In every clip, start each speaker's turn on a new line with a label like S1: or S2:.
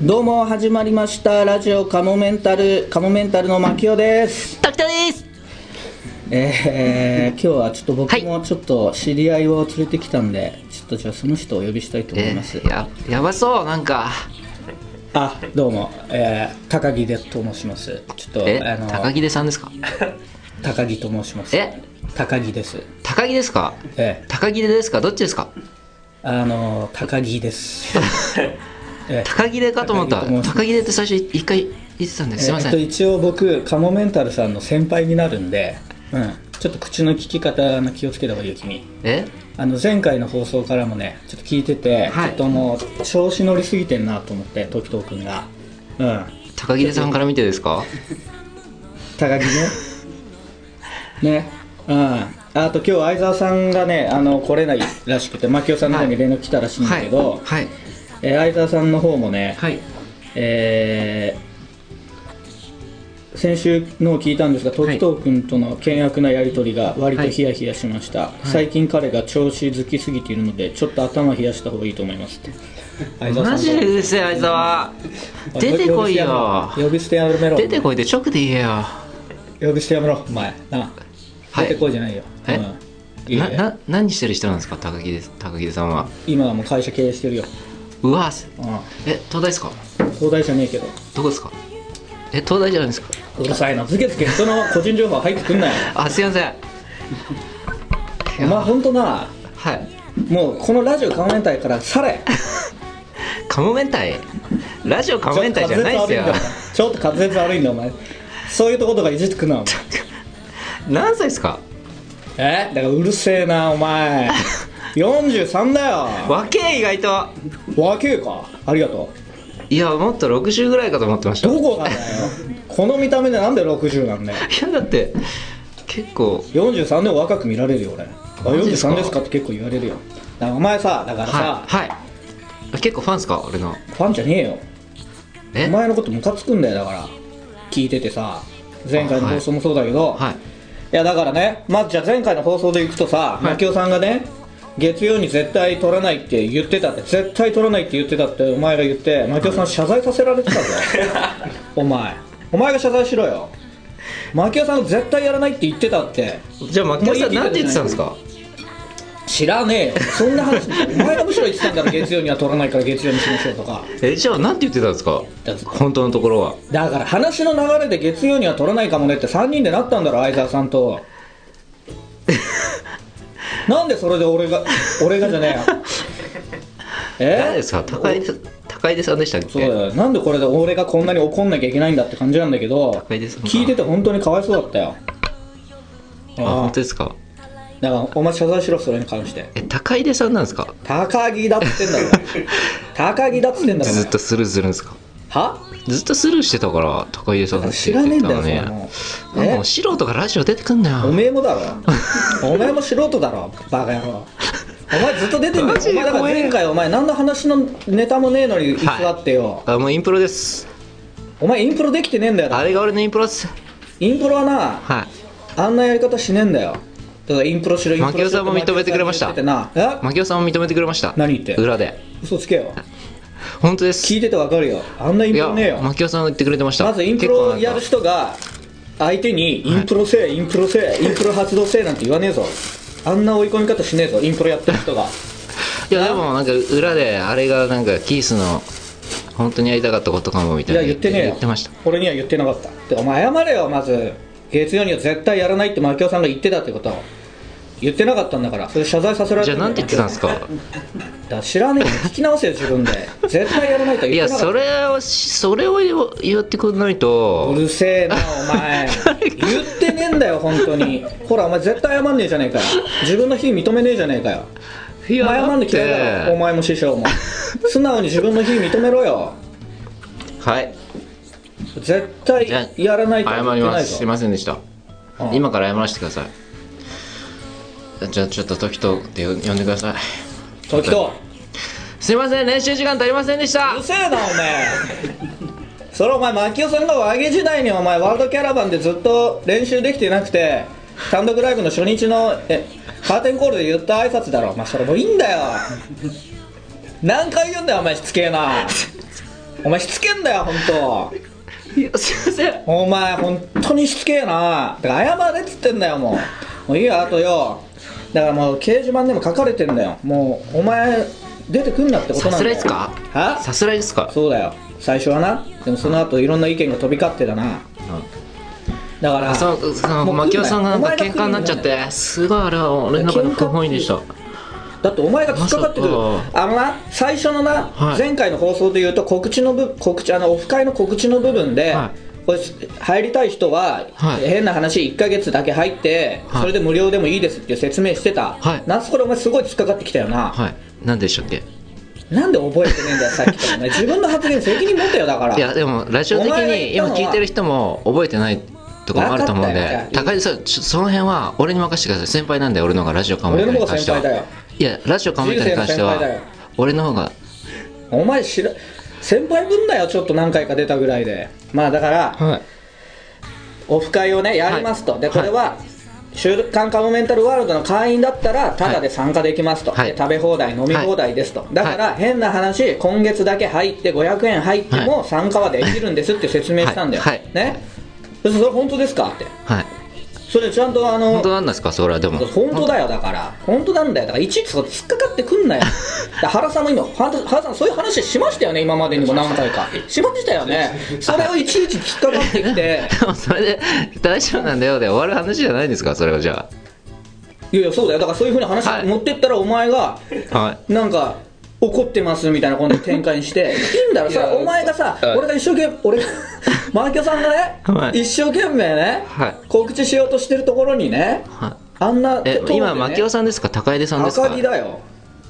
S1: どうも始まりましたラジオカモメンタルカモメンタルの牧雄です、
S2: タクタです
S1: えー、今日はちょっと僕
S2: はい
S1: もちょっと知り合いを連れてきたんで、ちょっとじゃあその人をお呼びしたいと思い
S2: え
S1: ます、
S2: ー、ややばそうなんか
S1: あどうも、えー、高木でと申しますちょっと
S2: え
S1: あの
S2: 高木出さんですか
S1: 高木と申します
S2: え
S1: 高木です
S2: 高木ですか
S1: え
S2: 高木出ですかどっちですか
S1: えあの高木ですええ
S2: 高木出かと思った
S1: 高木と申します
S2: 高木出って最初い一回言ってた んですすいませ
S1: えっと、
S2: ん
S1: 一応僕カモメンタルさんの先輩になるんで、うん、ちょっと口の利き方あの気をつけた方がいいよ君
S2: え
S1: あの前回の放送からもねちょっと聞いてて、
S2: はい
S1: ちょっともう調子乗りすぎてんなと思って時藤君がうん
S2: 高木出さんから見てですか
S1: 高木ね ねうんあと今日相沢さんがねあの来れないらしくて槙尾さんの方に連絡来たらしいんだ
S2: は
S1: け
S2: い
S1: ど、
S2: はい
S1: えー相沢さんの方もね、
S2: はい
S1: えー先週のを聞いたんですが、時藤君との険悪なやり取りが割とヒヤヒヤしました、最近彼が調子づきすぎているので、ちょっと頭冷やした方がいいと思いますって、
S2: マジでうるせえあいつは
S1: お
S2: 出てこいよ
S1: 呼び捨てやめろ、
S2: 出てこいって直で言えよ
S1: 呼び捨てやめろ、お前、なあ、
S2: はい
S1: 出てこいじゃないよ、
S2: え
S1: うんいい
S2: な
S1: ね
S2: な何してる人なんですか高木です高木出さんは
S1: 今はもう会社経営してるよ、
S2: うわ
S1: うん、
S2: え東大ですか
S1: 東大じゃねえけど、
S2: どこですかえ東大じゃないですか
S1: うるさいな、ずけずけ人の個人情報入ってくんなよ、
S2: あすいません
S1: お前、ほんとな、
S2: はい
S1: もうこのラジオカモメンタルから去れ。
S2: カモメンタイラジオカモメンタイじゃないですよ
S1: ちょっと滑舌悪いんだお前そういうとことかいじってくなお前
S2: 何歳ですか
S1: えだからうるせえなお前43だよ
S2: 若え意外と
S1: 若えかありがと
S2: いやもっと60ぐらいかと思ってま
S1: う
S2: したい
S1: どこがだよこの見た目でなんで60なんだよ
S2: やだって結構
S1: 43でも若く見られるよ俺あ
S2: マジですか
S1: 43ですかって結構言われるよだからお前さだからさ、
S2: はいはい結構ファンですか俺の
S1: ファンじゃねえよ
S2: え
S1: お前のことムカつくんだよだから聞いててさ前回の放送もそうだけど、
S2: はい
S1: いやだからねまずじゃあ前回の放送でいくとさ
S2: い
S1: 槙尾、さんがね月曜に絶対取らないって言ってたって絶対取らないって言ってたってお前が言って槙尾さん謝罪させられてたぞお前お前が謝罪しろよ槙尾さんが絶対やらないって言ってたって
S2: じゃあマッキーさんなんて言ってたんですか
S1: 知らねえよそんな話お前がむしろ言ってたんだから月曜には取らないから月曜にしましょうとか
S2: えじゃあなんて言ってたんですか
S1: だから
S2: 本当のところは
S1: だから話の流れで月曜には取らないかもねって3人でなったんだろ相沢さん となんでそれで俺が俺がじゃねえよ
S2: 誰
S1: え
S2: ですか高井高井出さんでしたっ
S1: そう
S2: け
S1: だよなんでこれで俺がこんなに怒んなきゃいけないんだって感じなんだけど
S2: 高井出さんか
S1: 聞いてて本当にかわいそうだったよあ
S2: あ本
S1: あ
S2: 当ですか
S1: だからお前謝罪しろそれに関して
S2: え高井出さんなんですか
S1: 高木だっつってん だろ高木だっつってんだろ
S2: ずっとスルーするんですか
S1: は
S2: ずっとスルーしてたから高井出さんって
S1: 知ら
S2: 言っ
S1: ねえ
S2: て
S1: ん
S2: た
S1: だ
S2: の
S1: よそん
S2: ね
S1: なもんえ
S2: もう素人がラジオ出てくんな
S1: お
S2: よ
S1: めえもだろお前も素人だろバカ野郎お前ずっと出てんだよ
S2: マジ
S1: お前だから
S2: ごめん
S1: 前回お前何の話のネタもねえのに偽ってよ、
S2: あもうインプロです
S1: お前インプロできてねえんだよ
S2: あれが俺のインプロです
S1: インプロはな
S2: はい
S1: あんなやり方しねえんだよだからインプロしろインプロしろ
S2: 槙尾さんも認めてくれました
S1: 槙尾さんが言っててなえ
S2: 槙尾さんも認めてくれました
S1: 何言って
S2: 裏で
S1: 嘘つけよ
S2: 本当です
S1: 聞いててわかるよあんなイン
S2: い
S1: プ
S2: や
S1: ロねえよ
S2: 槙尾さんが言ってくれてました
S1: まずインプ
S2: 結構
S1: ロ
S2: なんか
S1: やる人が相手にインプロせえ、インプロせえ、インプロ発動せえなんて言わねえぞあんな追い込み方しねえぞインプロやってる人が
S2: いやでもなんか裏であれがなんかキースの本当にやりたかったことかもみた
S1: い
S2: いな
S1: や言ってねえよ
S2: 言ってました
S1: 俺には言ってなかったでお前謝れよまず月曜には絶対やらないって槙尾さんが言ってたってこと言ってなかったんだからそれ謝罪させられ
S2: じ
S1: て
S2: ゃ
S1: るだ
S2: あなん
S1: よ
S2: て言ってたんですか
S1: だから知らねえよ聞き直せよ自 分で絶対やらないとはい言
S2: や
S1: ってなか
S2: そ
S1: っ
S2: れをそれを言ってくんない
S1: たう
S2: と
S1: るせえなお前言ってねえんだよ本当にほらお前絶対謝んねえじゃねえかよ自分の非認めねえじゃねえかよ
S2: い
S1: お
S2: や
S1: 前謝んで嫌いだろお前も師匠も素直に自分の非認めろよ
S2: はい
S1: 絶対
S2: じゃあ
S1: やらないとは
S2: 謝
S1: 言って
S2: りま
S1: ない
S2: すすい
S1: ぞ
S2: ませんでした
S1: うん
S2: 今から謝らせてくださいじゃあちょっと時とって呼んでください
S1: 時と
S2: すいません練習時間足りませんでした
S1: うるせえなお前それお前牧雄さんが和毛時代にお前ワールドキャラバンでずっと練習できてなくて単独ライブの初日のえカーテンコールで言った挨拶だろまあそれもういいんだよ何回言うんだよお前しつけえなお前しつけんだよ本当
S2: いやすいません
S1: お前本当にしつけえなだから謝れっつってんだよもうもういいよあとよだからもう掲示板でも書かれてんだよもうお前出てくんなってこと
S2: さ
S1: なんだ
S2: すらい
S1: よ
S2: ですか
S1: は
S2: さすらいですか
S1: そうだよ最初はなでもその後いろんな意見が飛び交ってだなだから
S2: あそのその
S1: もう
S2: マキオさんがなんか
S1: 来んな
S2: 喧
S1: よ
S2: 嘩になっちゃってすごいあれは俺の中で不本意でした
S1: だってお前が突っかかってくる
S2: まさ
S1: あのな最初のな、
S2: はい
S1: 前回の放送で言うと告知の部告知あのオフ会の告知の部分で、
S2: は
S1: これ入りたい人は、
S2: はい
S1: 変な話1ヶ月だけ入って、
S2: はい
S1: それで無料でもいいですっていう説明してた、
S2: はい
S1: なんそれお前すごい突っかかってきたよな、
S2: はい何でしたっけ
S1: なんで覚えてねえんだよさっきからね自分の発言責任持てよだから
S2: いやでもラジオ的
S1: お前が言
S2: に
S1: った
S2: 今
S1: のは
S2: 聞いてる人も覚えてないとかもあると思うん
S1: 分かった
S2: で
S1: よじゃあ
S2: 高井さんちょその辺は俺に任せてください先輩なんで俺の方がラジオカモ
S1: 俺
S2: イ
S1: の
S2: タ
S1: 方
S2: に
S1: が
S2: 関して
S1: 先輩だよ
S2: は。いやラジオカモイタに関し
S1: 人
S2: て
S1: 生の先輩だよ
S2: は俺の方が
S1: お前知ら先輩分だよちょっと何回か出たぐらいでまあだから、
S2: はい
S1: オフ会をねやりますと、
S2: はい
S1: でこれは、週刊カモメンタルワールドの会員だったらタダで参加できますと、
S2: はい
S1: で食べ放題飲み放題ですと、だから、変な話今月だけ入って500円入っても参加はできるんですって説明したんだよ、
S2: はいはい
S1: ねそしたらそれ本当ですかって
S2: はい
S1: それちゃんとあ
S2: 本
S1: の
S2: 当なんですかそれはでも
S1: 本当だよだから本当なんだよだからいちいちそこ突っかかってく んなよだから原さんも今は原さんそういう話しましたよね今までにも何回かしましたよねそれをいちいち突っかかってきて
S2: でもそれで大丈夫なんだよで終わる話じゃないですかそれはじゃ
S1: いやいやそうだよだからそういうふうに話
S2: はい
S1: 持ってったらお前が
S2: あはい
S1: なんか怒ってますみたいなこの展開にしていいんだろそれ
S2: いや
S1: お前がさ
S2: はい
S1: 俺が一生懸命 俺がマーキョさんがね、
S2: はい
S1: 一生懸命ね、
S2: はい
S1: 告知しようとしてるところにね
S2: は
S1: あんない
S2: え
S1: ところでね
S2: 今マキオさんですか高出さんですか
S1: 赤木だよ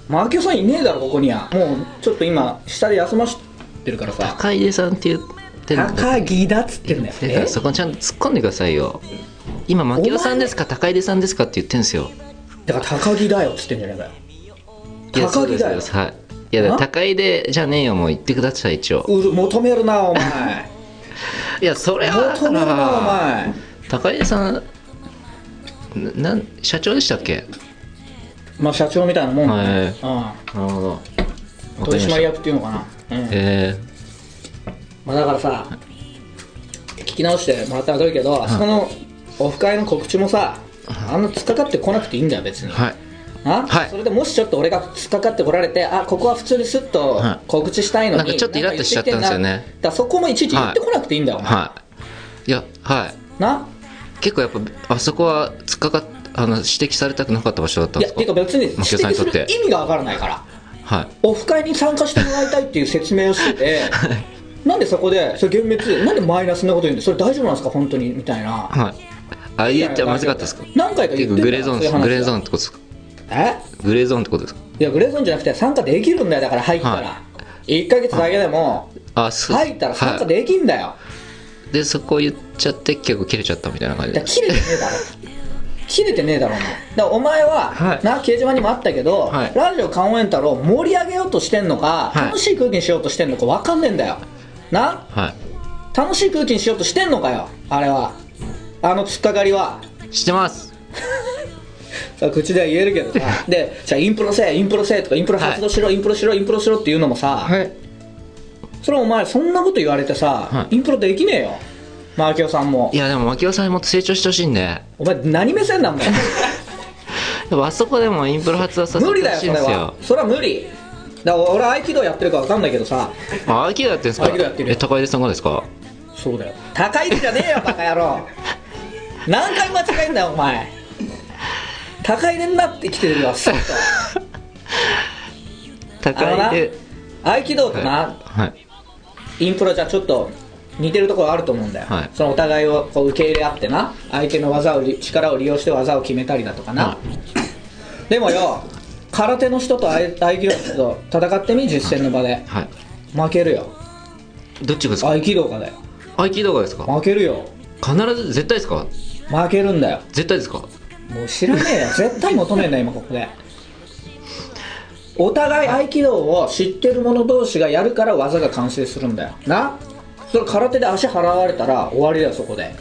S1: マキオさんいねえだろここにはもうちょっと今下で休ましてるからさ
S2: 高出さんって言ってなんか
S1: 赤木だっつってんだよ
S2: だからそこちゃんと突っ込んでくださいよ今マキオさんですか高出さんですかって言ってんですよ
S1: だから高木だよっつってんじゃねえかよ
S2: いや
S1: 高木だ
S2: そう
S1: よ
S2: ですはいいやだから高井でじゃねえよもう言ってください一応
S1: うる求めるなお 前
S2: いやそれはだ
S1: 求
S2: か
S1: めるなお
S2: ら
S1: 前
S2: 高井さんななん社長でしたっけ
S1: まあ社長みたいなもんだ
S2: はい
S1: ね、
S2: なるほど
S1: うん、
S2: わか
S1: 取
S2: りまし
S1: 締
S2: た
S1: 役っていうのかな、うん
S2: え
S1: まあ、だからさ聞き直してもらったらわかるけど、あそこのオフ会の告知もさあんな突っかかってこなくていいんだよ別に、
S2: ー、はい
S1: な
S2: はい
S1: それでもしちょっと俺が突っかかってこられてあここは普通にスッと
S2: はい
S1: 告知したいのに、
S2: なんかちょっとイラッとしちゃったんですよね
S1: なんか言ってきてなだからそこもいちいち言ってこなくていいんだよ、
S2: はいいやはい
S1: な
S2: 結構やっぱあそこは突っかかっあの指摘されたくなかった場所だったん
S1: い
S2: で
S1: や
S2: す
S1: て
S2: か
S1: いうか別に指
S2: マキオさん
S1: 摘
S2: に
S1: す
S2: とっ
S1: る
S2: て
S1: 意味がわからないから
S2: はい
S1: オフ会に参加してもらいたいっていう説明をして てなんでそこでそれ幻滅なんでマイナスなこと言うんでそれ大丈夫なんですか本当にみたいな
S2: はいあ言っちゃまずかったですか
S1: 何回か言
S2: 結
S1: ってんだよ
S2: 構グレーゾーンです
S1: そういう話は
S2: グレーゾーンってことですか
S1: え
S2: グレーゾーンってことですか
S1: いやグレーゾーンじゃなくて参加できるんだよだから入ったら、
S2: は
S1: 一1か月だけでも
S2: あそう
S1: 入ったら参加
S2: は
S1: できんだよ、
S2: い、でそこ言っちゃって結構切れちゃったみたいな感じ
S1: だか
S2: で
S1: ら切れてねえだろ切れてねえだろお前だからお前は、
S2: はい
S1: な掲示板にもあったけど、
S2: はい
S1: ラジオカモエンタルを盛り上げようとしてんのか、
S2: はい
S1: 楽しい空気にしようとしてんのか分かんねえんだよな
S2: は
S1: 楽しい空気にしようとしてんのかよあれはあの突っかかりはい
S2: してます
S1: さ口では言えるけどさでじゃあインプロせえインプロせえとかインプロ発動しろ、インプロしろインプロしろっていうのもさ、
S2: はい
S1: それお前そんなこと言われてさ、
S2: はい
S1: インプロできねえよマーキオさんも
S2: いやでも牧雄さんにもっと成長してほしいんで
S1: お前何目線なんだよ
S2: でもあそこでもインプロ発動させて
S1: 無
S2: ほしい
S1: 理
S2: ん
S1: だよそれは
S2: ですよ
S1: それは無理だから俺合気道やってるか分かんないけどさ
S2: あアキラやってるんです
S1: ア
S2: か
S1: キラやってるよ
S2: え高出さんがですか
S1: そうだよ高いじゃね えよバカ野郎何回間違えんだよお前高いでになってきてるよすっと
S2: 高出
S1: 合気道とな、
S2: はい
S1: インプロじゃちょっと似てるところあると思うんだよ、
S2: はい
S1: そのお互いをこう受け入れ合ってな相手の技をり力を利用して技を決めたりだとかな、
S2: は
S1: でもよ空手の人と合合気道の人と戦ってみ実戦の場で
S2: はい
S1: 負けるよ
S2: どっちがですか
S1: 合気道がだよ
S2: 合気道がですか
S1: 負けるよ
S2: 必ず絶対ですか
S1: 負けるんだよ
S2: 絶対ですか
S1: もう知らねえよ 絶対求めんだよ今ここでお互い合気道を知ってる者同士がやるから技が完成するんだよなそれ空手で足払われたら終わりだよそこで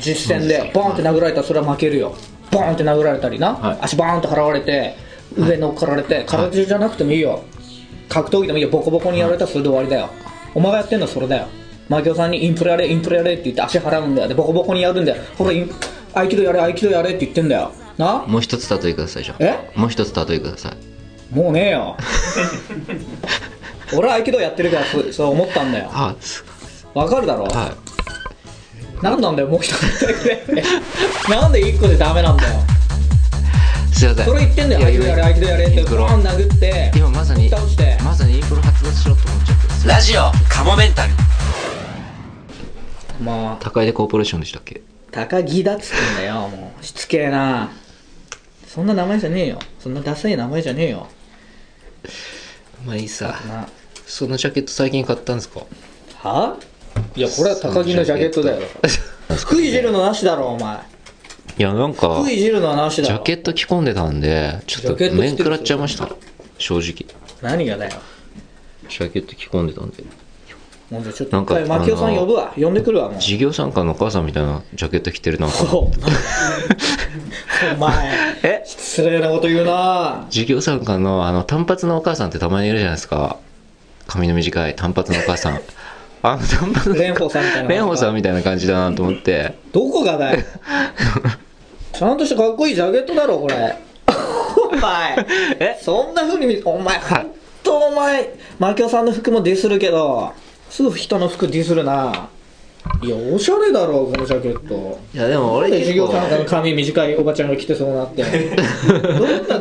S1: 実戦でボンって殴られたらそれは負けるよボンって殴られたりな、
S2: はい
S1: 足バーンって払われて上乗っかられて空手じゃなくてもいいよ、格闘技でもいいよボコボコにやられたらそれで終わりだよお前がやってんのはそれだよマキオさんにインプレやれインプレやれって言って足払うんだよでボコボコにやるんだよほらイン合気道やれ合気道やれって言ってんだよな
S2: もう一つ例えくださいじゃあ
S1: え
S2: もう一つ例えください
S1: もうねえよ 俺は合気道やってるからそうそう思ったんだよ
S2: あす
S1: わかるだろ、
S2: は
S1: なんなんだよもう一つだけ なんで一個でダメなんだよ
S2: いすいません
S1: それ言ってんだよ
S2: い
S1: 合気道
S2: や
S1: やれ合気道やれっ
S2: イ
S1: て
S2: ンプ
S1: ボ
S2: ロ
S1: ーン殴って
S2: 今まさに
S1: 倒して
S2: まさにインプロ発動しろと思っちゃった
S3: ラジオカモメンタル
S1: まあ
S2: 高出コーポレーションでしたっけ
S1: 高木だっつってんだよもうしつけえなそんな名前じゃねえよそんなダサい名前じゃねえよ
S2: まあいいさ
S1: な
S2: そのジャケット最近買ったんですか
S1: はいやこれは高木のジャケット だよ服いじるのなしだろお前
S2: いやなんか
S1: 服いじるのなし
S2: ジ
S1: だ
S2: ャ
S1: ろ
S2: ケット着込んでたんでちょっ
S1: ジャケット着てる
S2: と面食らっちゃいました正直
S1: 何がだよ
S2: ジャケット着込んでたんで
S1: もうじゃあちょっと
S2: なん
S1: 一
S2: か
S1: 回牧雄さ
S2: あ
S1: ん
S2: の
S1: 呼ぶわ呼んでくるわもう
S2: 事業参加のお母さんみたいなジャケット着てるなんか
S1: そう お前
S2: え
S1: 失礼なこと言う な
S2: 事業参加のあの単発のお母さんってたまにいるじゃないですか髪の短い単発のお母さんあの単発の
S1: 蓮舫さんみたいな
S2: 蓮舫さんみたいな感じだなと思って
S1: どこが だよちゃんとしたかっこいいジャケットだろこれお 前
S2: え
S1: そんなふうに見お前
S2: はい
S1: ほんとお前マキオさんの服もディスるけどすぐ人の服ディスるないやおしゃれだろこのジャケット
S2: いやでも
S1: なん
S2: 俺
S1: で授
S2: 結
S1: 業参加
S2: 構
S1: の髪短いおばちゃんが着てそうな ってどんなジ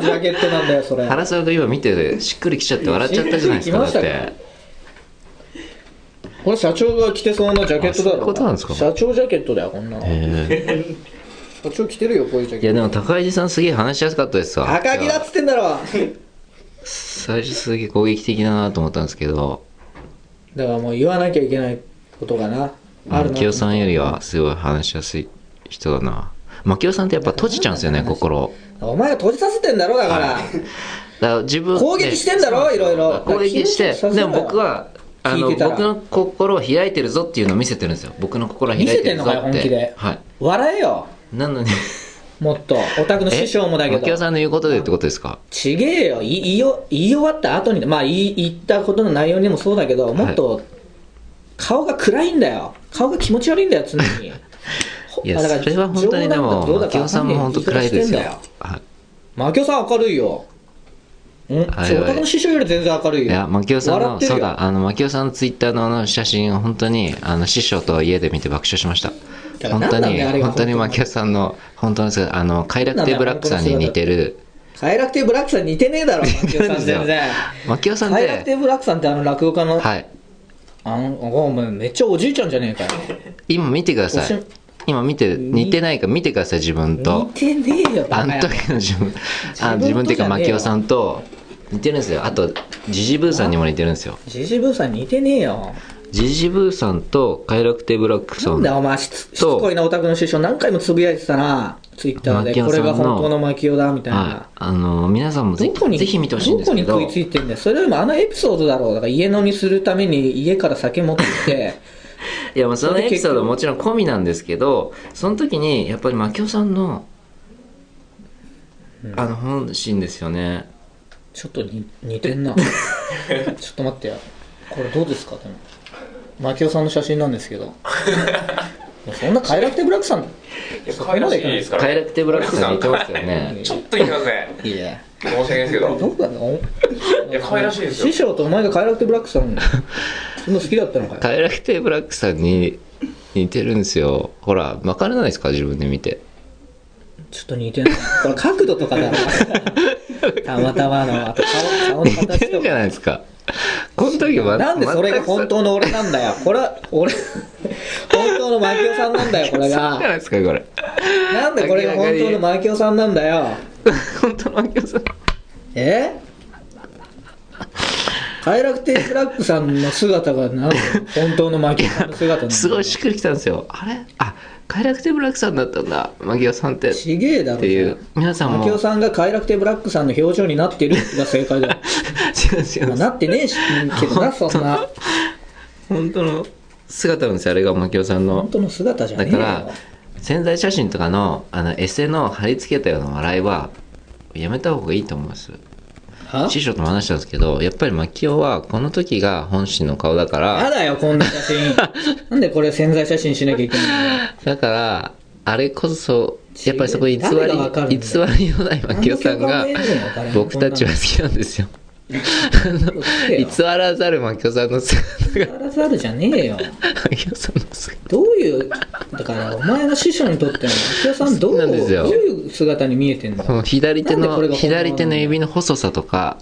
S1: ャケットなんだよそれ
S2: 原さんが今見てしっくりきちゃって笑っちゃったじゃないですかだ
S1: いや
S2: っ
S1: しっくりきま
S2: て
S1: これ社長が着てそうなジャケットだろ
S2: あそういうことなんですか
S1: 社長ジャケットだよこんなの社
S2: え
S1: 長着てるよこういうジャ
S2: ーい
S1: ケ
S2: や
S1: ット
S2: でも高井さんすげえ話しやすかったですわ
S1: 赤木だっつってんだろ
S2: 最初すげえ攻撃的だなと思ったんですけど
S1: だからもう言わなきゃいけないことがなあるな
S2: 牧雄さんよりはすごい話しやすい人だな牧雄さんってやっぱ閉じちゃうんですよね心
S1: お前が閉じさせてんだろだから
S2: だから自分
S1: 攻撃してんだろ
S2: ね
S1: いろいろ
S2: 攻撃して
S1: させろ
S2: で
S1: よ
S2: も僕はあの
S1: 聞いてたら
S2: 僕の心を開いてるぞっていうのを見せてるんですよ僕の心は開いてるぞって
S1: 見せてんのかよ本気で
S2: はい
S1: 笑えよ
S2: なのに
S1: もっとオタク の師匠もだけ
S2: え脇尾
S1: ど
S2: さんの言うことでってことですか
S1: ちげえよい言いよ言い終わった後にまあ言い言ったことの内容にもそうだけどもっと顔が暗いんだよ顔が気持ち悪いんだよ常 にほ
S2: いや
S1: だから
S2: それは本当にでも
S1: 冗談
S2: 脇
S1: か
S2: 尾さんも本当暗いですよ
S1: 言い方してんだ
S2: はい
S1: マキオさん明るいよんそうオ
S2: あれは
S1: タクの師匠より全然明るいよ
S2: いや牧尾さん
S1: 笑っ
S2: の
S1: てる
S2: そう
S1: よ
S2: だあの牧尾さんのツイッターのあの写真を本当にあの師匠と家で見て爆笑しました
S1: から
S2: 本
S1: な
S2: 当
S1: んなんだよあれ
S2: に
S1: が
S2: 本当に牧尾さんの本当の姿あの快楽亭ブラックさんに似てる
S1: 快楽亭ブラックさん似てねえだろ、マキオさん全然。
S2: 牧尾さんっ
S1: 快楽
S2: て
S1: 亭ブラックさんってあの落語家の、
S2: はい
S1: あの、お前めっちゃおじいちゃんじゃねえかよ。
S2: 今見てくだ
S1: お
S2: さ
S1: し
S2: い今見て似てないか見てください自分と
S1: 似てねえよ、バカ
S2: あの
S1: 野郎
S2: 時の自分あ
S1: 自分
S2: 自分っ
S1: と
S2: ていう
S1: じゃ
S2: か
S1: ねえよ
S2: 牧尾さんと似てるんですよあとジジブーさんにも似てるんですよ
S1: ジジブーさん似てねえよ。
S2: ジジブーさんと快楽亭ブラックさ
S1: なん
S2: ん
S1: だよ、お前しつ、しつこいなオタクの師匠何回もつぶやいてたな、ツイッター
S2: マキ
S1: で。
S2: オ
S1: こ
S2: さ
S1: れ
S2: んの
S1: が本当のマキオだ、みたい
S2: は
S1: な。
S2: い、あの皆さんもぜ
S1: どこ
S2: ひ
S1: に
S2: ぜひ見てほしいんですけど
S1: どこに食いついてんだよそれよりもあのエピソードだろうだから家飲みするために家から酒持ってきて
S2: いやまあそのエピソードもちろん込みなんですけどその時にやっぱり牧雄さんのあの本心ですよね
S1: ちょっとに似てんなちょっと待ってよこれどうですかでもマキオさんの写真なんですけどもうそんな快楽天ブラックさん
S4: やっぱ可愛らしいですから
S2: 快楽亭ブラックさん似てますよね
S4: ちょっと言ってますね
S1: いや
S4: 申し訳ないですけど
S1: どこだの
S4: いや可愛らしいです
S1: 師
S4: よ
S1: 匠とお前が快楽天ブラックさんそんな好きだったのかよ
S2: 快楽亭ブラックさんに似てるんですよほら分からないですか自分で見て
S1: ちょっと似てんなこれ角度とかだろたまたまのあと顔顔の
S2: 似て
S1: 形
S2: る
S1: と
S2: じゃ
S1: か
S2: ないですかこの時は
S1: なんでそれが本当の俺なんだよこれは俺本当のマキオさんなんだよこれ
S2: じゃな
S1: が
S2: いですかこれ
S1: なんでこれが本当のマキオさんなんだよ
S2: 本当の牧雄さん
S1: え快楽亭ブラックさんの姿がなんで本当のマキオさんの姿なんだよ
S2: すごいしっくりきたんですよあれあ快楽亭ブラックさんだったんだ牧雄さんってっ
S1: ちげえだろ
S2: ていう皆さん
S1: マ
S2: も
S1: キオさんが快楽亭ブラックさんの表情になってるが正解だよ
S2: 違う違
S1: まあ
S2: う
S1: なってねえしけど なそんな
S2: 本当の姿なんですよあれが牧雄さん
S1: 本
S2: の
S1: 当の姿じゃね
S2: だ
S1: え
S2: か
S1: よ
S2: ら潜在写真とかのあのエセの貼り付けたような笑いはやめた方がいいと思います
S1: は
S2: 師匠とも話したんですけど、やっぱり牧雄はこの時が本心の顔だから
S1: や、だよ、こんな写 真。なんでこれ潜在写真しなきゃいけないの
S2: だから、あれこそ、やっぱりそこに偽り、
S1: 誰がわかるんだよ
S2: 偽りのない牧雄さんが
S1: 何の共感も得るのかな、
S2: 僕たちは好きなんですよ。あの偽らざる牧雄さんの姿 が、
S1: ガラザールじゃねえよ。
S2: 牧雄さんの姿
S1: どういう、だから、お前の師匠にとっての、秋代さんどう、
S2: そうな
S1: ど
S2: ん
S1: う
S2: ですよ
S1: いう姿に見えてんだ
S2: その左手
S1: なんでこれ
S2: の、
S1: が本物なの
S2: 左手の指の細さとか、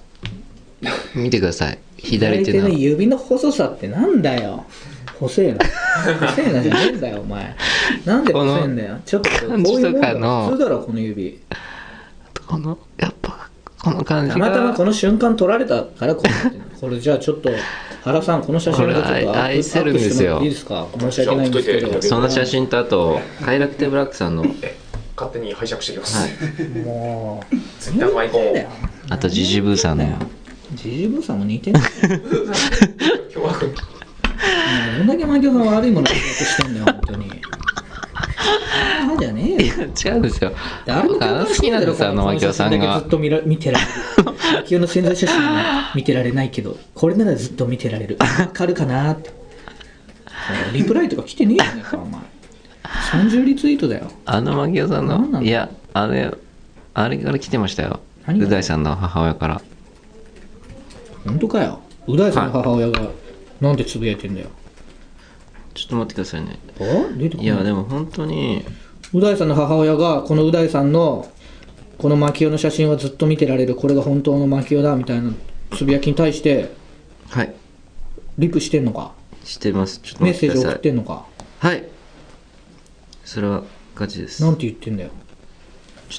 S2: 見てください。左
S1: 左
S2: 手
S1: 手
S2: の
S1: の。指の細さってなんだよ。細 えな。細えなじゃねえんだよ、お前。なんで細えんだよ。ちょっと、こういう
S2: 感じと
S1: もんだ
S2: かの
S1: ろ普通だろ、この指。
S2: この、やっぱ、この感じ
S1: たまたまこ
S2: が、
S1: の瞬間撮られたからこうなってんの これじゃあちょっと原さんこの写真をちょっとア
S2: これ
S1: ップ
S2: 愛せるんですよ
S1: アップしてもらっていいですか申し訳ないんですけ
S4: じゃあ
S1: ど
S4: 送っといて
S2: その写真とあと、快楽天ブラックさんの、
S4: え勝手に拝借してきます、
S2: はい
S1: も
S4: ツイッターのアイコンを
S2: あとジジブーさんの、
S1: うジジブさんも似てる
S4: 今日は
S1: どんだけマキオさん悪いものを記録してんだよ本当 にあじゃねえよ
S2: 違うんですよ。
S1: 誰も
S2: 僕あの好きなんですよ、あのマキオさんが
S1: ずっ。と見ら見てられるマキオの潜在写真は見てられないけどこれならずっと見てられるわかるかなってリプライとか来てねえじゃねえかお前30リツイートだよ
S2: あのマキオさん
S1: 何な
S2: の、
S1: の
S2: いや、あれ、あれから来てましたよ。
S1: 何が
S2: う大さんの母親から。
S1: 本当かよう大さんの母親がなんでつぶやいてんだよ、
S2: ちょっと待ってくださいね。
S1: あ出てこ
S2: いや、
S1: ない
S2: でも本当に、
S1: う大さんの母親がこのう大さんのこのマキオの写真はずっと見てられるこれが本当のマキオだみたいなつぶやきに対して
S2: はい、
S1: リプしてんのか
S2: してます。ちょっと
S1: メッ
S2: 待
S1: セ
S2: っ
S1: ー
S2: てく
S1: ジ
S2: ださ
S1: 送っ
S2: い。
S1: てんのか
S2: はい。それは、ガチです。ち
S1: な
S2: ょっ
S1: んて言ってんだよ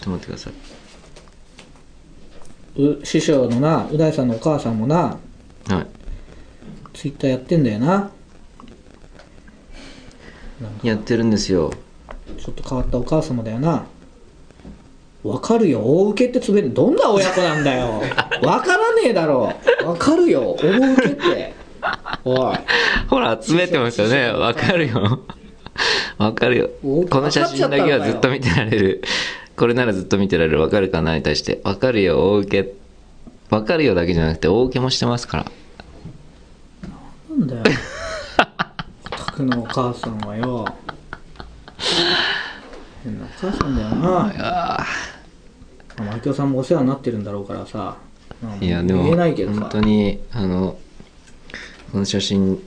S2: と待ってください。
S1: う師匠のなう大さんのお母さんもな
S2: はい。
S1: ツイッターやってんだよな
S2: やってるんですよ。
S1: ちょっと変わったお母様だよなわかるよ大受けってつぶやいてどんな親子なんだ よわからねえだろわかるよ大受けっておい
S2: ほら、集めてますよね。わかるよ。わかるよ。
S1: お
S2: この写真だけはずっと見てられる。これならずっと見てられる。わかるかなに対して。わかるよ、大受け。わかるよだけじゃなくて、大受けもしてますから。
S1: なんだよお宅のお母さんはよ変なお母さんだよなまあ明夫さんもお世話になってるんだろうからさまあ
S2: いや、でも、
S1: 言えないけど
S2: 本
S1: さ
S2: 当に、あの、この写真、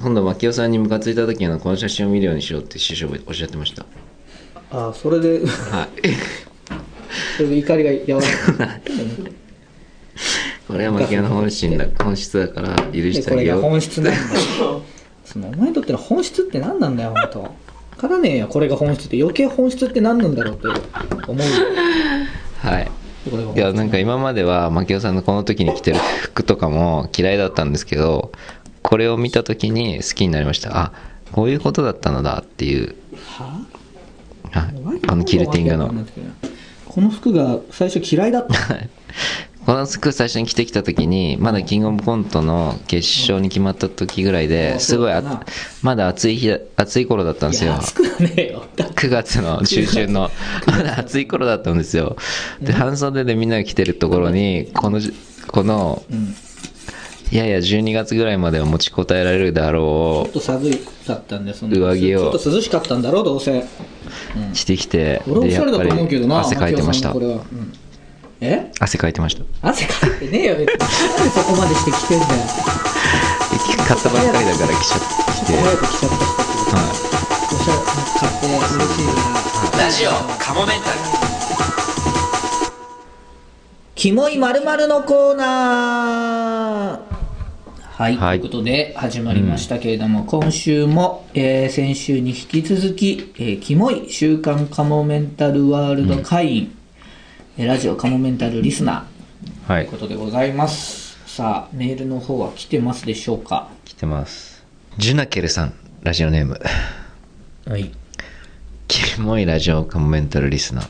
S2: 今度、牧雄さんにムカついた時には、この写真を見るようにしろって師匠がおっしゃってました。
S1: あそれで
S2: はい。
S1: それで怒りが和らぐ
S2: これは牧雄の本心だ、本質だから、許
S1: で
S2: して
S1: こ
S2: あげ
S1: れが
S2: よう。
S1: 本質なんだよ そのお前にとっての本質って何なんだよ本当わからねえよこれが本質って余計本質って何なんだろうって思うよ
S2: はい。
S1: これが本
S2: い
S1: 質
S2: やなんか今までは牧雄さんのこの時に着てる服とかも嫌いだったんですけどこれを見た時に好きになりましたあこういうことだったのだっていう、
S1: はあ
S2: はい、このキルティングの
S1: この服が最初嫌い だった
S2: この服最初に着てきた時にまだキングオブコントの決勝に決まった時ぐらい
S1: う
S2: で
S1: ん
S2: すごいあ
S1: そうだな
S2: まだ暑い日だ暑い頃だったんです
S1: い
S2: よ
S1: や暑くはねえよだって
S2: 9月の中旬のまだ暑い頃だったんですよで半袖でみんなが着てるところにこのじこの
S1: うん
S2: いやいや、12月ぐらいまでは持ちこたえられるだ
S1: ちょ
S2: ろ
S1: っと寒かったんでその
S2: 上着を
S1: ちょっと涼しかったんだろうどうせ
S2: う、してきて、
S1: 俺お
S2: で、
S1: しゃ
S2: やっ
S1: れだ
S2: ぱ
S1: と思うけど
S2: り
S1: な
S2: 汗かいてました
S1: 槙。尾さんのこれは、うんえ
S2: 汗かいてました。
S1: 汗かいてねえよ別になんでそこまでして着てんだよ
S2: 買ったばっかりだから来ちゃって、来て、
S1: 早く着ちゃった人ってこと
S2: は
S1: おしゃれ買って嬉しいなラジオカモメンタルキモいまるまるのコーナーはい、
S2: はい
S1: ということで始まりましたけれども、今週も、えー先週に引き続き、えーキモい週刊カモメンタルワールド会員、えーラジオカモメンタルリスナ
S2: い。は
S1: ーという
S2: い
S1: こ、とでございますさあメールの方は来てますでしょうか
S2: 来てます。ジュナケルさん、ラジオネーム。
S1: はい
S2: キモいラジオカモメンタルリスナー。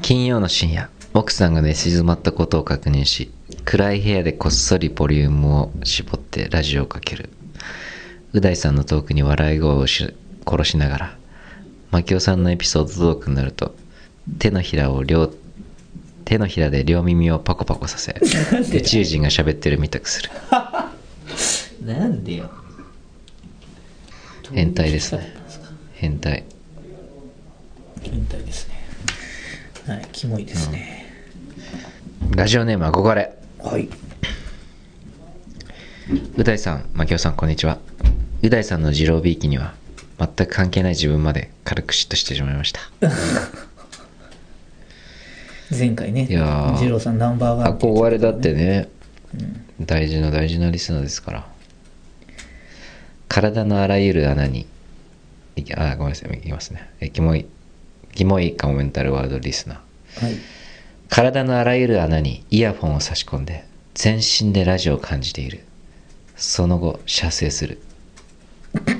S2: 金曜の深夜、奥さんが寝静まったことを確認し、暗い部屋でこっそりボリュームを絞ってラジオをかける。う大さんのトークに笑い声をし殺しながら、マキオさんのエピソードトークになると、手のひらを両手手のひらで両耳をパコパコさせ
S1: なんで
S2: 宇宙人が喋ってるみたくする
S1: なんでよ
S2: 変態ですね変態
S1: 変態ですねはいキモいですね、
S2: ラジオネーム憧れ
S1: はい
S2: う大さん牧雄さんこんにちはう大さんの二郎ビーキには全く関係ない自分まで軽く嫉妬してしまいました
S1: 前回ね
S2: いやー
S1: 二郎さんナンバーワンって言
S2: 憧れだ
S1: た
S2: っ
S1: けどね
S2: てね、大事な大事なリスナーですから体のあらゆる穴にいきあごめんなさいいきますねえキモいキモいカモメンタルワールドリスナー
S1: はい
S2: 体のあらゆる穴にイヤフォンを差し込んで全身でラジオを感じているその後射精する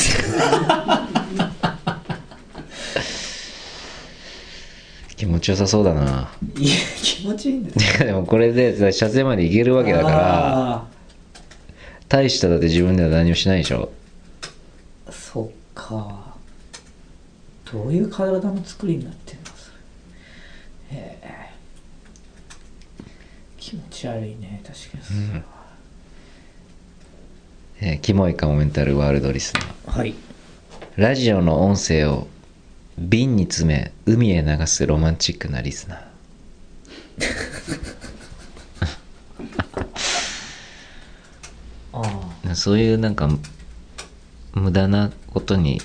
S2: 気持ちよさそうだない
S1: や気持ちいいんだよ
S2: いやでもこれで射精までいけるわけだから
S1: あ
S2: 大しただって自分では何もしないでしょ
S1: ーそっかどういう体の作りになってんのそれへえ気持ち悪いね確かにそれは、
S2: えーキモいかもメンタルワールドリスナー
S1: はい
S2: ラジオの音声を瓶に詰め海へ流すロマンチックなリスナー
S1: ああ
S2: そういうなんか無駄なことに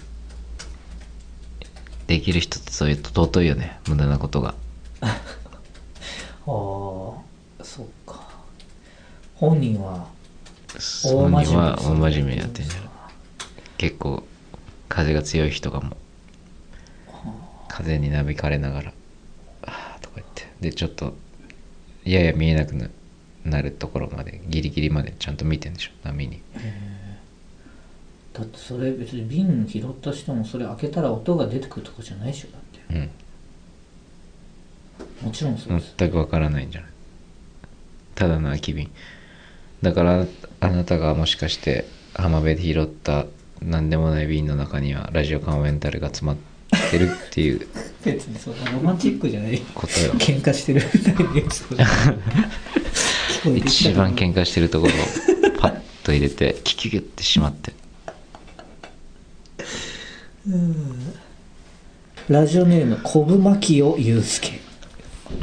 S2: できる人ってそういう尊いよね無駄なことが
S1: ああそっか本人は
S2: そ
S1: 大真面目
S2: うには大真面目にやって
S1: ん
S2: んじゃない結構風が強い人がもう風になびかれながら「ああ」とか言ってでちょっとやや見えなくななるところまでギリギリまでちゃんと見てんでしょ波に
S1: だってそれ別に瓶拾った人もそれ開けたら音が出てくるとこじゃないでしょだっ
S2: うん
S1: てもちろんそうです、
S2: 全くわからないんじゃないただの空き瓶だからあなたがもしかして浜辺で拾った何でもない瓶の中にはラジオカモメンタルが詰まってるっていう
S1: 別にそんなロマンチックじゃない
S2: こと よ
S1: 喧嘩してるみたいに 聞こえてきた
S2: 一番喧嘩してるところをパッと入れてキュキュキュってしまって
S1: ラジオネームコブマキオユウスケ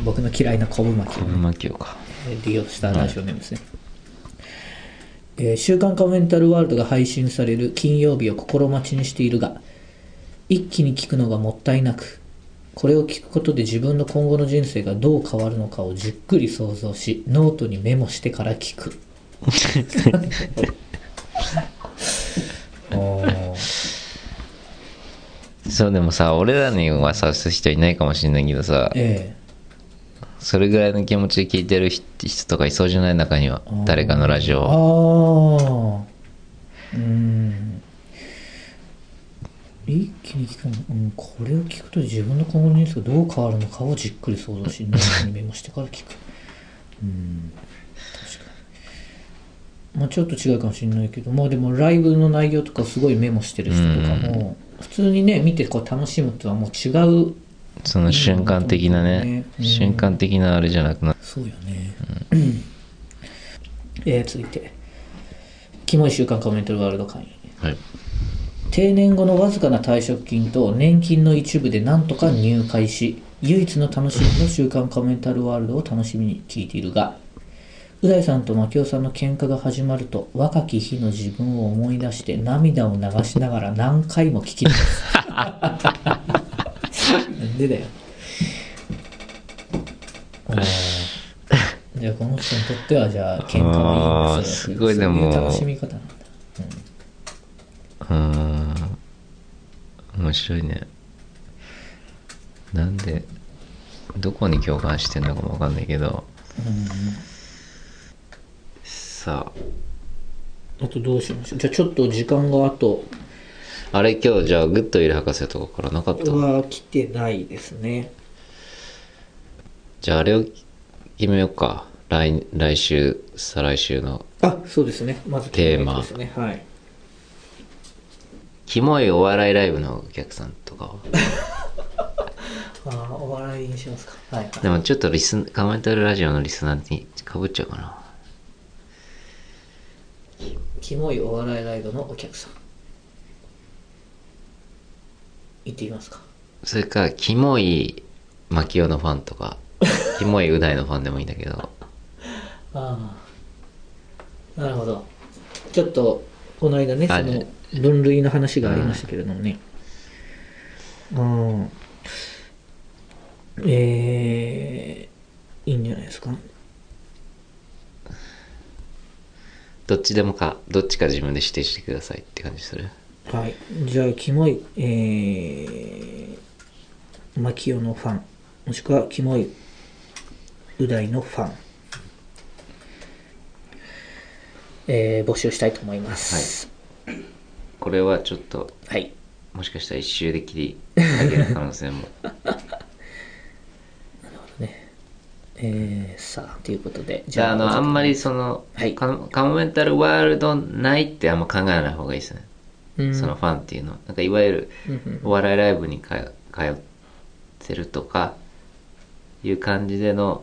S1: 僕の嫌いなコブマキ
S2: 昆布巻きをか
S1: えー利用したラジオネームですね、えー週刊カメンタルワールド」が配信される金曜日を心待ちにしているが一気に聞くのがもったいなくこれを聞くことで自分の今後の人生がどう変わるのかをじっくり想像しノートにメモしてから聞く おー
S2: そうでもさ俺らにはさす人いないかもしんないけどさ
S1: え
S2: それぐらいの気持ちで聞いてる人とかいそうじゃない中には
S1: ー
S2: 誰かのラジオ
S1: あ
S2: を
S1: あうん一気に聞くの、うん、これを聞くと自分の今後のニュースがどう変わるのかをじっくり想像し、ノートにメモしてから聞く。うん、確かに。まあちょっと違うかもしれないけど、まあでもライブの内容とかすごいメモしてる人とかも、普通にね、見てこう楽しむとはもう違う、
S2: その瞬間的なね、
S1: うん
S2: 瞬間的なあれじゃなくな
S1: そうよね。えー、続いて、キモい週刊カメントルワールド会員。
S2: はい、
S1: 定年後のわずかな退職金と年金の一部でなんとか入会し唯一の楽しみの週刊カメンタルワールドを楽しみに聞いているがう大さんと牧雄さんの喧嘩が始まると若き日の自分を思い出して涙を流しながら何回も聞きますなんでだよあーじゃあこの人にとってはじゃあ喧嘩はいいんですよ
S2: あーすごいでも
S1: そういう楽しみ方なんだ
S2: うーん面白いねなんでどこに共感してんのかもわかんないけどさ
S1: あとどうしましょうじゃあちょっと時間があと
S2: ああれ今日じゃあグッドイル博士とかからなかった
S1: は来てないですね
S2: じゃああれを決めようか来来週再来週の
S1: あそうですねまず
S2: テーマ
S1: 決めてですねはい
S2: キモいお笑いライブのお客さんとかは
S1: あーお笑いにしますかはい
S2: でもちょっとリス、カメンタルラジオのリスナーにかぶっちゃうかな。
S1: キモいお笑いライブのお客さん行ってみますか
S2: それか、キモいマキオのファンと か、キモいう大のファンでもいいんだけど、
S1: ああなるほどちょっとこの間ねそ
S2: あ
S1: の分類の話がありましたけれどもねうん、えー、いいんじゃないですか
S2: どっちでもか、どっちか自分で指定してくださいって感じする。
S1: はいじゃあキモいえー、マキオのファンもしくはキモいう大のファンえー、募集したいと思います
S2: これはちょっと、
S1: はい
S2: もしかしたら一周で切り上げる可能性 も。
S1: えー、さあということで
S2: じゃあ、あの、あんまりその、
S1: はい
S2: カカモメンタルワールドないってあんま考えない方がいいですね。
S1: うん
S2: そのファンっていうのは。なんかいわゆる、
S1: うんうん
S2: お笑いライブにか通ってるとかいう感じでの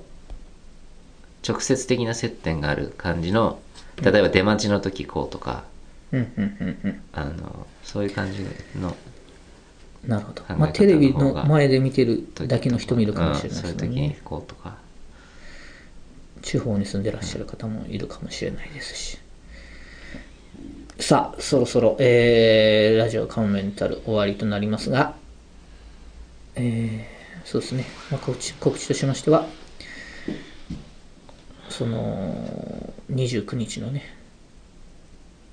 S2: 直接的な接点がある感じの例えば出待ちの時こうとか、
S1: うんうんうん
S2: あのそういう感じの
S1: うんなるほど
S2: 考え方の方が
S1: まあテレビの前で見てるだけの人もいるかもしれない
S2: うん
S1: です
S2: そういう時に
S1: ね
S2: こうとか
S1: 地方に住んでらっしゃる方もいるかもしれないですしさあそろそろ、えー、ラジオカモメンタル終わりとなりますがえー、そうですね、まあ、告知告知としましてはその29日のね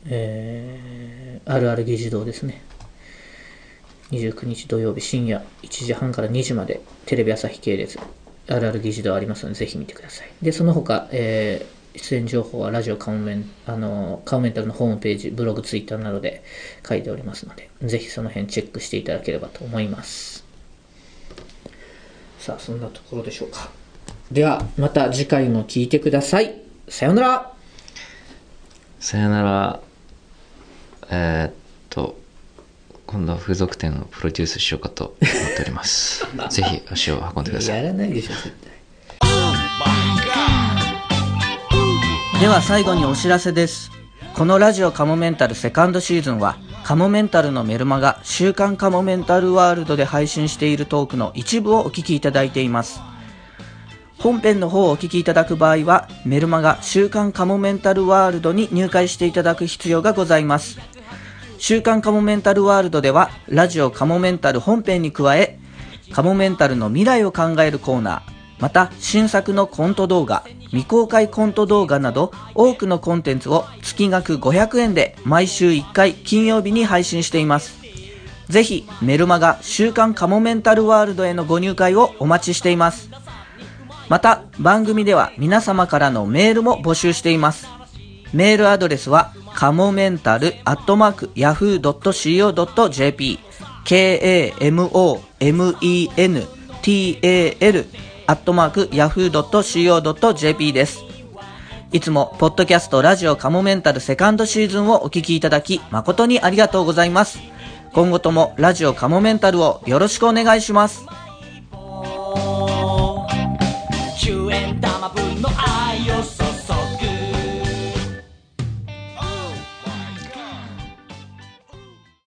S1: えー、あるある議事堂ですね29日土曜日深夜1時半から2時までテレビ朝日系列あるある議事堂ありますのでぜひ見てくださいでその他、えー出演情報はラジオカモメンあのカモメンタルのホームページブログツイッターなどで書いておりますのでぜひその辺チェックしていただければと思いますさあそんなところでしょうかではまた次回も聞いてくださいさようなら
S2: さよならえーっと今度は風俗店をプロデュースしようかと思っております ぜひ足を運んでください
S1: やらないでしょ絶対では最後にお知らせですこのラジオカモメンタルセカンドシーズンはカモメンタルのメルマガ週刊カモメンタルワールドで配信しているトークの一部をお聞きいただいています本編の方をお聞きいただく場合はメルマガ週刊カモメンタルワールドに入会していただく必要がございます週刊カモメンタルワールドでは、ラジオカモメンタル本編に加え、カモメンタルの未来を考えるコーナー、また新作のコント動画、未公開コント動画など、多くのコンテンツを月額500円で毎週1回金曜日に配信しています。ぜひ、メルマガ週刊カモメンタルワールドへのご入会をお待ちしています。また、番組では皆様からのメールも募集しています。メールアドレスは、かもメンタルアットマーク yahoo.co.jp k-a-m-o-m-e-n-t-a-l アットマーク yahoo.co.jp です。いつも、ポッドキャストラジオカモメンタルセカンドシーズンをお聞きいただき、誠にありがとうございます。今後ともラジオカモメンタルをよろしくお願いします。